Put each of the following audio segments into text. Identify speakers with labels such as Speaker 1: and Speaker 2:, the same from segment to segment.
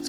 Speaker 1: It's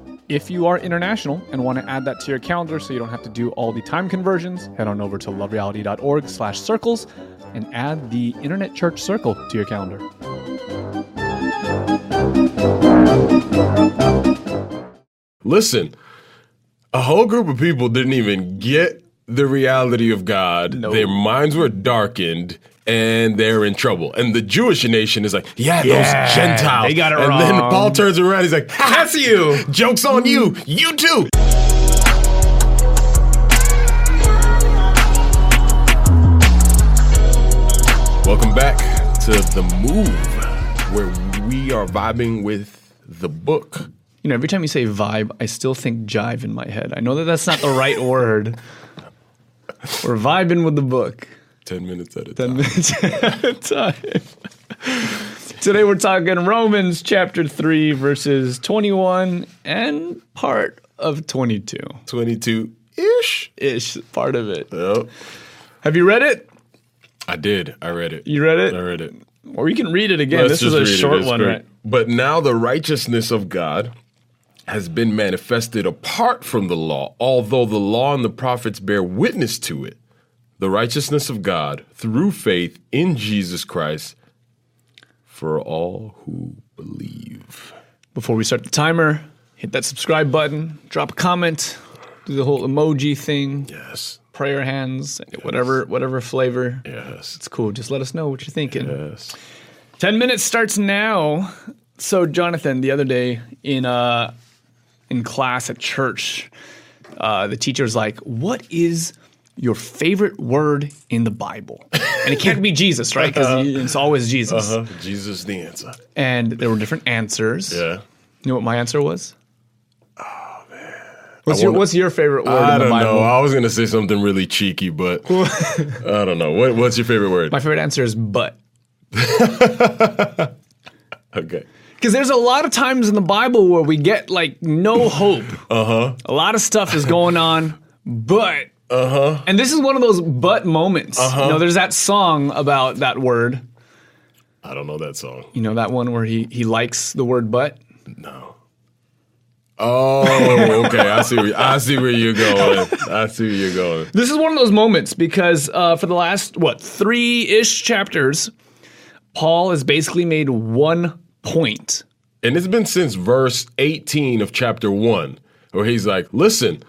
Speaker 1: If you are international and want to add that to your calendar so you don't have to do all the time conversions, head on over to lovereality.org slash circles and add the Internet Church Circle to your calendar.
Speaker 2: Listen, a whole group of people didn't even get the reality of God. Their minds were darkened and they're in trouble. And the Jewish nation is like, yeah,
Speaker 3: Yeah,
Speaker 2: those Gentiles.
Speaker 3: they got it
Speaker 2: and then
Speaker 3: wrong.
Speaker 2: Paul turns around, he's like,
Speaker 3: That's you.
Speaker 2: joke's on you. You too. Welcome back to The Move, where we are vibing with the book.
Speaker 3: You know, every time you say vibe, I still think jive in my head. I know that that's not the right word. We're vibing with the book.
Speaker 2: 10 minutes at a time.
Speaker 3: Then time. Today we're talking Romans chapter 3, verses 21 and part of 22
Speaker 2: 22 ish.
Speaker 3: ish, part of it.
Speaker 2: Yep.
Speaker 3: Have you read it?
Speaker 2: I did. I read it.
Speaker 3: You read it?
Speaker 2: I read it.
Speaker 3: Or you can read it again.
Speaker 2: Let's
Speaker 3: this is
Speaker 2: just
Speaker 3: a
Speaker 2: read it.
Speaker 3: short
Speaker 2: It's
Speaker 3: one,
Speaker 2: great.
Speaker 3: right?
Speaker 2: But now the righteousness of God has been manifested apart from the law, although the law and the prophets bear witness to it. The righteousness of God through faith in Jesus Christ for all who believe.
Speaker 3: Before we start the timer, hit that subscribe button, drop a comment, do the whole emoji thing.
Speaker 2: Yes.
Speaker 3: prayer hands, whatever whatever flavor.
Speaker 2: Yes.
Speaker 3: It's cool. Just let us know what you're thinking.
Speaker 2: Yes.
Speaker 3: Ten minutes starts now. So Jonathan, the other day in uh in class at church, uh, the teacher's like, "What is your favorite word in the Bible?" And it can't be Jesus, right?
Speaker 2: Uh-huh.
Speaker 3: Because it's always Jesus.
Speaker 2: Uh, Jesus is the answer.
Speaker 3: And there were different answers.
Speaker 2: Yeah.
Speaker 3: You know what my answer was? Oh man. What's your
Speaker 2: wanna-
Speaker 3: What's your favorite word
Speaker 2: I
Speaker 3: in the
Speaker 2: don't
Speaker 3: Bible?
Speaker 2: know. I was gonna say something really cheeky, but I don't know. What, what's your favorite word?
Speaker 3: My favorite answer is "but."
Speaker 2: okay.
Speaker 3: Because there's a lot of times in the Bible where we get like no hope. Uh
Speaker 2: Uh-huh.
Speaker 3: huh. A lot of stuff is going on, but. Uh
Speaker 2: Uh-huh.
Speaker 3: huh. And this is one of those but moments. Uh huh. You know, there's that song about that word.
Speaker 2: I don't know that song.
Speaker 3: You know, that one where he, he likes the word but.
Speaker 2: No. Oh, okay. I see. Where, I see where you're going. I see where you're going.
Speaker 3: This is one of those moments because uh, for the last, what, three ish chapters, Paul has basically made one point.
Speaker 2: And it's been since verse 18 of chapter one, where he's like, "Listen,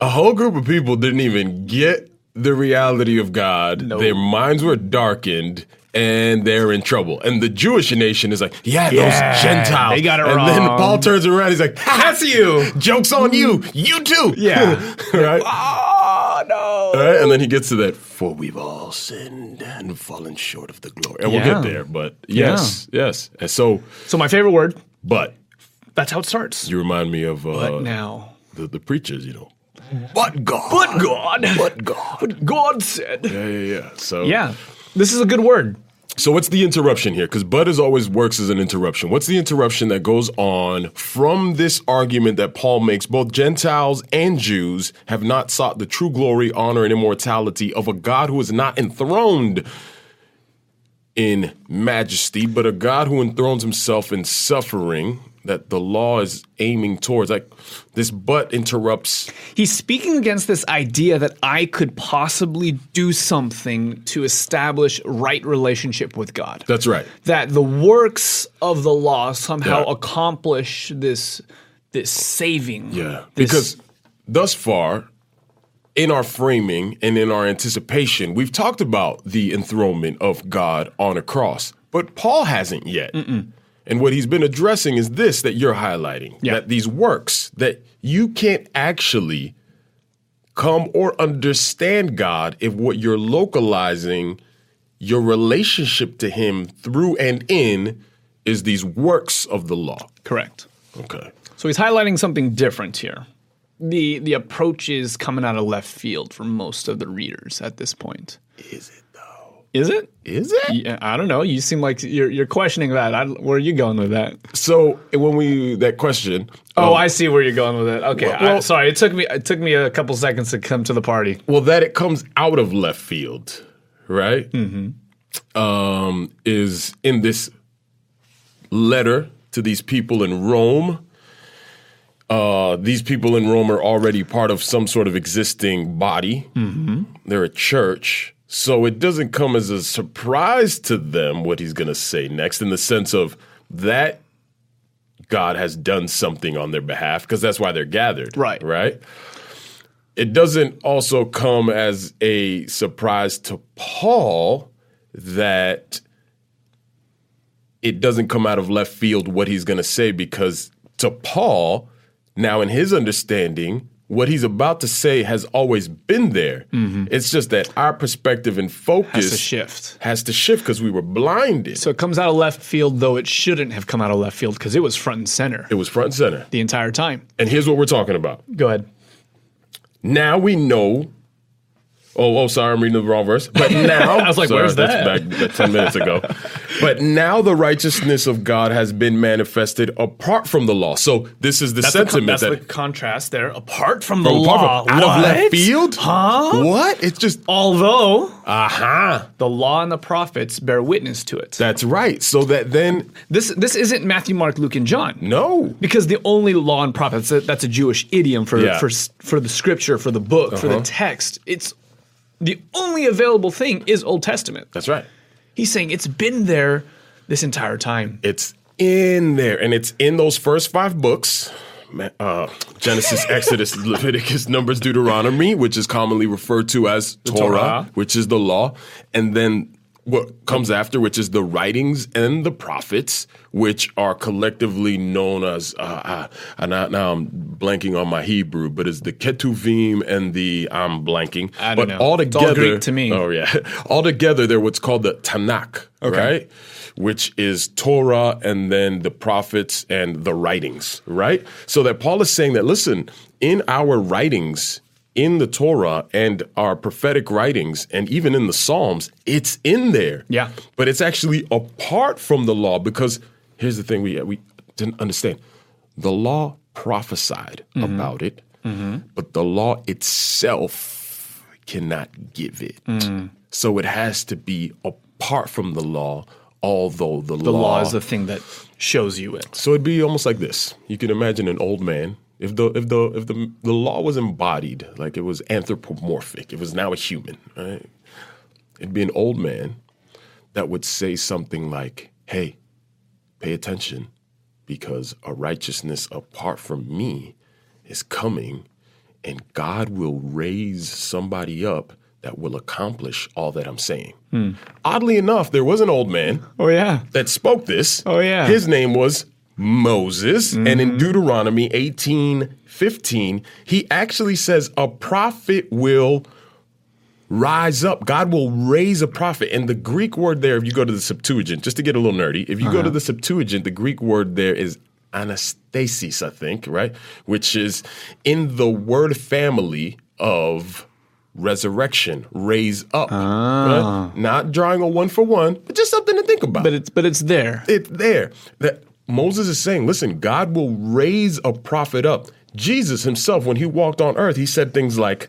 Speaker 2: a whole group of people didn't even get the reality of God. Their minds were darkened." And they're in trouble. And the Jewish nation is like, yeah,
Speaker 3: Yeah,
Speaker 2: those Gentiles.
Speaker 3: they got it
Speaker 2: and then
Speaker 3: wrong.
Speaker 2: Paul turns around. He's like,
Speaker 3: That's you.
Speaker 2: joke's on you. You too.
Speaker 3: Yeah.
Speaker 2: right?
Speaker 3: Oh, no.
Speaker 2: All right, and then he gets to that, for we've all sinned and fallen short of the glory. And we'll
Speaker 3: Yeah.
Speaker 2: get there, but yes, yes. And so,
Speaker 3: So, my favorite word,
Speaker 2: but
Speaker 3: that's how it starts.
Speaker 2: you remind me of
Speaker 3: But
Speaker 2: uh,
Speaker 3: now.
Speaker 2: the, the preachers, you know. But God.
Speaker 3: But God.
Speaker 2: But God.
Speaker 3: God said.
Speaker 2: Yeah, yeah, yeah. So,
Speaker 3: Yeah, this is a good word.
Speaker 2: So what's the interruption here? Because Bud is always works as an interruption. What's the interruption that goes on from this argument that Paul makes? Both Gentiles and Jews have not sought the true glory, honor, and immortality of a God who is not enthroned in majesty, but a God who enthrones himself in suffering that the law is aiming towards. Like this but interrupts
Speaker 3: He's speaking against this idea that I could possibly do something to establish right relationship with God.
Speaker 2: That's right.
Speaker 3: that the works of the law somehow
Speaker 2: Yeah.
Speaker 3: accomplish this this saving.
Speaker 2: Yeah.
Speaker 3: This-
Speaker 2: Because thus far, in our framing and in our anticipation, we've talked about the enthronement of God on a cross, but Paul hasn't yet. And what he's been addressing is this that you're highlighting
Speaker 3: Yeah.
Speaker 2: that these works, that you can't actually come or understand God if what you're localizing your relationship to Him through and in is these works of the law.
Speaker 3: correct.
Speaker 2: Okay.
Speaker 3: So he's highlighting something different here. The the approach is coming out of left field for most of the readers at this point.
Speaker 2: Is it though?
Speaker 3: Is it?
Speaker 2: Is it?
Speaker 3: Yeah, I don't know. You seem like you're you're questioning that. I, where are you going with that?
Speaker 2: So when we that question,
Speaker 3: Oh,
Speaker 2: um,
Speaker 3: I see where you're going with it. Okay, I-
Speaker 2: well-
Speaker 3: sorry. It took me it took me a couple seconds to come to the party.
Speaker 2: well, that it comes out of left field, right? Mm-hmm. Um, is in this letter to these people in Rome. Uh, these people in Rome are already part of some sort of existing body. They're a church. So it doesn't come as a surprise to them what he's going to say next in the sense of that God has done something on their behalf because that's why they're gathered.
Speaker 3: Right.
Speaker 2: Right. It doesn't also come as a surprise to Paul that it doesn't come out of left field what he's going to say because to Paul, now in his understanding, what he's about to say has always been there. It's just that our perspective and focus
Speaker 3: It's a Mm-hmm. shift.
Speaker 2: has to shift because we were blinded.
Speaker 3: So it comes out of left field, though it shouldn't have come out of left field because it was front and center
Speaker 2: it was front and center.
Speaker 3: the entire time.
Speaker 2: And here's what we're talking about.
Speaker 3: Go ahead.
Speaker 2: Now we know. Oh, oh, sorry, I'm reading the wrong verse. But now I
Speaker 3: was like,
Speaker 2: sorry,
Speaker 3: where's
Speaker 2: that's
Speaker 3: that?
Speaker 2: Back, that's ten minutes ago. but now the righteousness of God has been manifested apart from the law. So this is the
Speaker 3: That's, the, con-
Speaker 2: sentiment
Speaker 3: that's
Speaker 2: that
Speaker 3: the contrast there. Apart from the
Speaker 2: From
Speaker 3: law,
Speaker 2: apart from- Oh, out of left
Speaker 3: What?
Speaker 2: field?
Speaker 3: huh?
Speaker 2: What? It's just
Speaker 3: Although
Speaker 2: aha.
Speaker 3: the law and the prophets bear witness to it.
Speaker 2: That's right. So that then
Speaker 3: This this isn't Matthew, Mark, Luke, and John.
Speaker 2: no.
Speaker 3: Because the only law and prophets that- that's a Jewish idiom for
Speaker 2: Yeah.
Speaker 3: for s- for the scripture, for the book, for the
Speaker 2: Uh-huh.
Speaker 3: text. It's the only available thing is Old Testament.
Speaker 2: That's right.
Speaker 3: He's saying it's been there this entire time.
Speaker 2: It's in there, and it's in those first five books. Ma- Uh, Genesis, Exodus, Leviticus, Numbers, Deuteronomy, which is commonly referred to as Torah,
Speaker 3: Torah.
Speaker 2: which is the law, and then what comes after, which is the writings and the prophets, which are collectively known as. Uh, uh, and I, now I'm blanking on my Hebrew, but it's the Ketuvim and the I'm blanking.
Speaker 3: I don't
Speaker 2: but
Speaker 3: know.
Speaker 2: all
Speaker 3: It's all
Speaker 2: together,
Speaker 3: Greek to me.
Speaker 2: Oh yeah, all together they're what's called the Tanakh, right? Which is Torah and then the prophets and the writings, right? So that Paul is saying that listen, in our writings, in the Torah and our prophetic writings, and even in the Psalms, it's in there.
Speaker 3: Yeah.
Speaker 2: but it's actually apart from the law because here's the thing we we didn't understand: the law prophesied
Speaker 3: Mm-hmm.
Speaker 2: about it, but the law itself cannot give it.
Speaker 3: Mm.
Speaker 2: So it has to be apart from the law, although the,
Speaker 3: The law is the thing that shows you it.
Speaker 2: so it'd be almost like this. You can imagine an old man. If the if the if the the law was embodied, like it was anthropomorphic, it was now a human, right? It'd be an old man that would say something like, "Hey, pay attention, because a righteousness apart from me is coming, and God will raise somebody up that will accomplish all that I'm saying." Oddly enough, there was an old man
Speaker 3: Oh yeah.
Speaker 2: that spoke this.
Speaker 3: Oh, yeah. Mm-hmm.
Speaker 2: His name was Moses. And in Deuteronomy 18 15, he actually says, A prophet will rise up. God will raise a prophet. And the Greek word there, if you go to the Septuagint, just to get a little nerdy, if you go
Speaker 3: Uh-huh.
Speaker 2: to the Septuagint, the Greek word there is anastasis, I think, right? Which is in the word family of resurrection, raise up.
Speaker 3: Ah.
Speaker 2: Right? Not drawing a one for one, but just something to think about.
Speaker 3: But it's but it's there.
Speaker 2: it's there that Moses is saying, listen, God will raise a prophet up. Jesus himself, when he walked on earth, he said things like,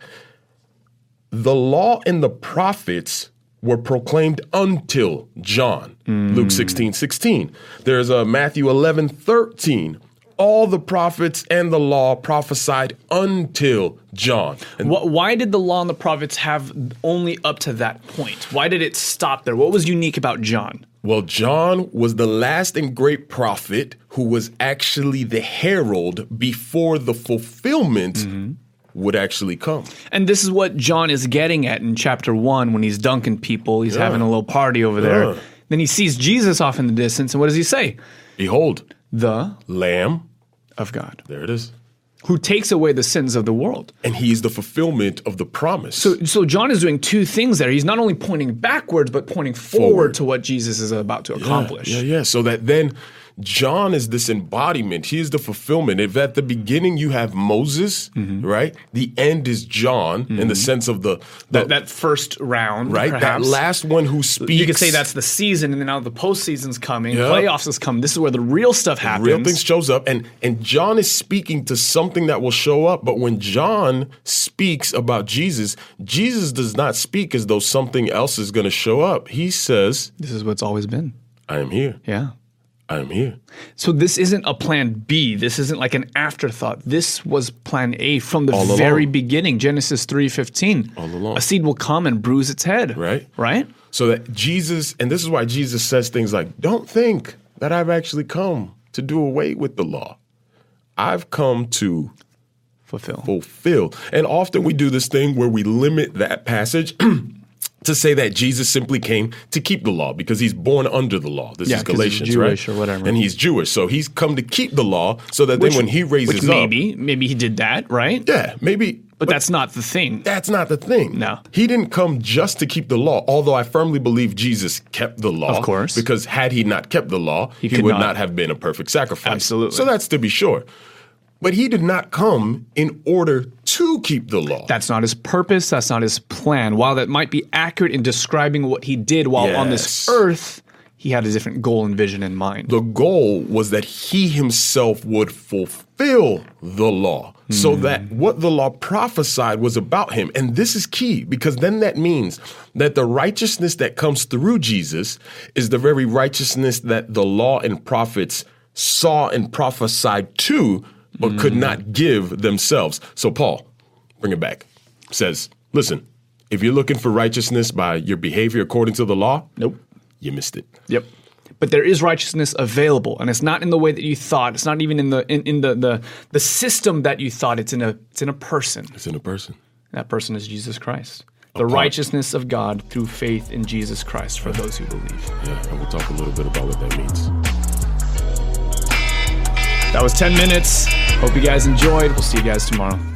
Speaker 2: the law and the prophets were proclaimed until John, Luke 16, 16. There's a Matthew 11, 13. All the prophets and the law prophesied until John. And
Speaker 3: Wh- Why did the law and the prophets have only up to that point? Why did it stop there? What was unique about John?
Speaker 2: Well, John was the last and great prophet who was actually the herald before the fulfillment
Speaker 3: Mm-hmm.
Speaker 2: would actually come.
Speaker 3: And this is what John is getting at in chapter one when he's dunking people. He's having a little party over there.
Speaker 2: Yeah.
Speaker 3: Then he sees Jesus off in the distance, and what does he say?
Speaker 2: Behold,
Speaker 3: The
Speaker 2: Lamb,
Speaker 3: of God,
Speaker 2: there it is.
Speaker 3: who takes away the sins of the world.
Speaker 2: And he is the fulfillment of the promise.
Speaker 3: So John is doing two things there. He's not only pointing backwards, but pointing forward,
Speaker 2: Forward.
Speaker 3: to what Jesus is about to accomplish.
Speaker 2: Yeah, yeah. So that then John is this embodiment. He is the fulfillment. If at the beginning you have Moses,
Speaker 3: Mm-hmm.
Speaker 2: right? The end is John in the sense of the, the-
Speaker 3: That, that first round,
Speaker 2: right?
Speaker 3: perhaps.
Speaker 2: That last one who speaks.
Speaker 3: you could say that's the season, and then now the postseason's coming,
Speaker 2: Yeah.
Speaker 3: playoffs is coming. This is where the real stuff happens.
Speaker 2: Real things shows up, and and John is speaking to something that will show up. But when John speaks about Jesus, Jesus does not speak as though something else is going to show up. He says,
Speaker 3: this is what's always been.
Speaker 2: "I am here.
Speaker 3: Yeah.
Speaker 2: I am here."
Speaker 3: So this isn't a plan B. This isn't like an afterthought. This was plan A from the
Speaker 2: along.
Speaker 3: very beginning. Genesis 3:15. All
Speaker 2: along.
Speaker 3: A seed will come and bruise its head.
Speaker 2: Right.
Speaker 3: Right?
Speaker 2: So that Jesus, and this is why Jesus says things like, Don't think that I've actually come to do away with the law. I've come to
Speaker 3: Fulfill.
Speaker 2: fulfill. And often we do this thing where we limit that passage. To say that Jesus simply came to keep the law because he's born under the law. This
Speaker 3: Yeah,
Speaker 2: is
Speaker 3: 'cause he's
Speaker 2: Galatians,
Speaker 3: Jewish
Speaker 2: right?
Speaker 3: or whatever.
Speaker 2: And he's Jewish, so he's come to keep the law, so that
Speaker 3: Which-
Speaker 2: then when he raises
Speaker 3: which
Speaker 2: up,
Speaker 3: maybe maybe he did that, right?
Speaker 2: yeah, maybe
Speaker 3: But, that's not the thing.
Speaker 2: that's not the thing.
Speaker 3: No.
Speaker 2: He didn't come just to keep the law, although I firmly believe Jesus kept the law.
Speaker 3: Of course.
Speaker 2: Because had he not kept the law, he,
Speaker 3: could
Speaker 2: would
Speaker 3: not.
Speaker 2: not. have been a perfect sacrifice.
Speaker 3: Absolutely.
Speaker 2: So that's to be sure. But he did not come in order to keep the law.
Speaker 3: That's not his purpose. That's not his plan. While that might be accurate in describing what he did while on this
Speaker 2: Yes.
Speaker 3: earth, he had a different goal and vision in mind.
Speaker 2: the goal was that he himself would fulfill the law so that what the law prophesied was about him and this is key because then that means that the righteousness that comes through Jesus is the very righteousness that the law and prophets saw and prophesied to but could not give themselves so paul bring it back says listen if you're looking for righteousness by your behavior according to the law nope you missed it
Speaker 3: Yep. But there is righteousness available, and it's not in the way that you thought. It's not even in the in, in the, the the system that you thought. It's in a it's in a person.
Speaker 2: it's in a person
Speaker 3: That person is Jesus Christ. The righteousness of God through faith in Jesus Christ for those who believe.
Speaker 2: Yeah, and we'll talk a little bit about what that means.
Speaker 3: That was 10 minutes. Hope you guys enjoyed. We'll see you guys tomorrow.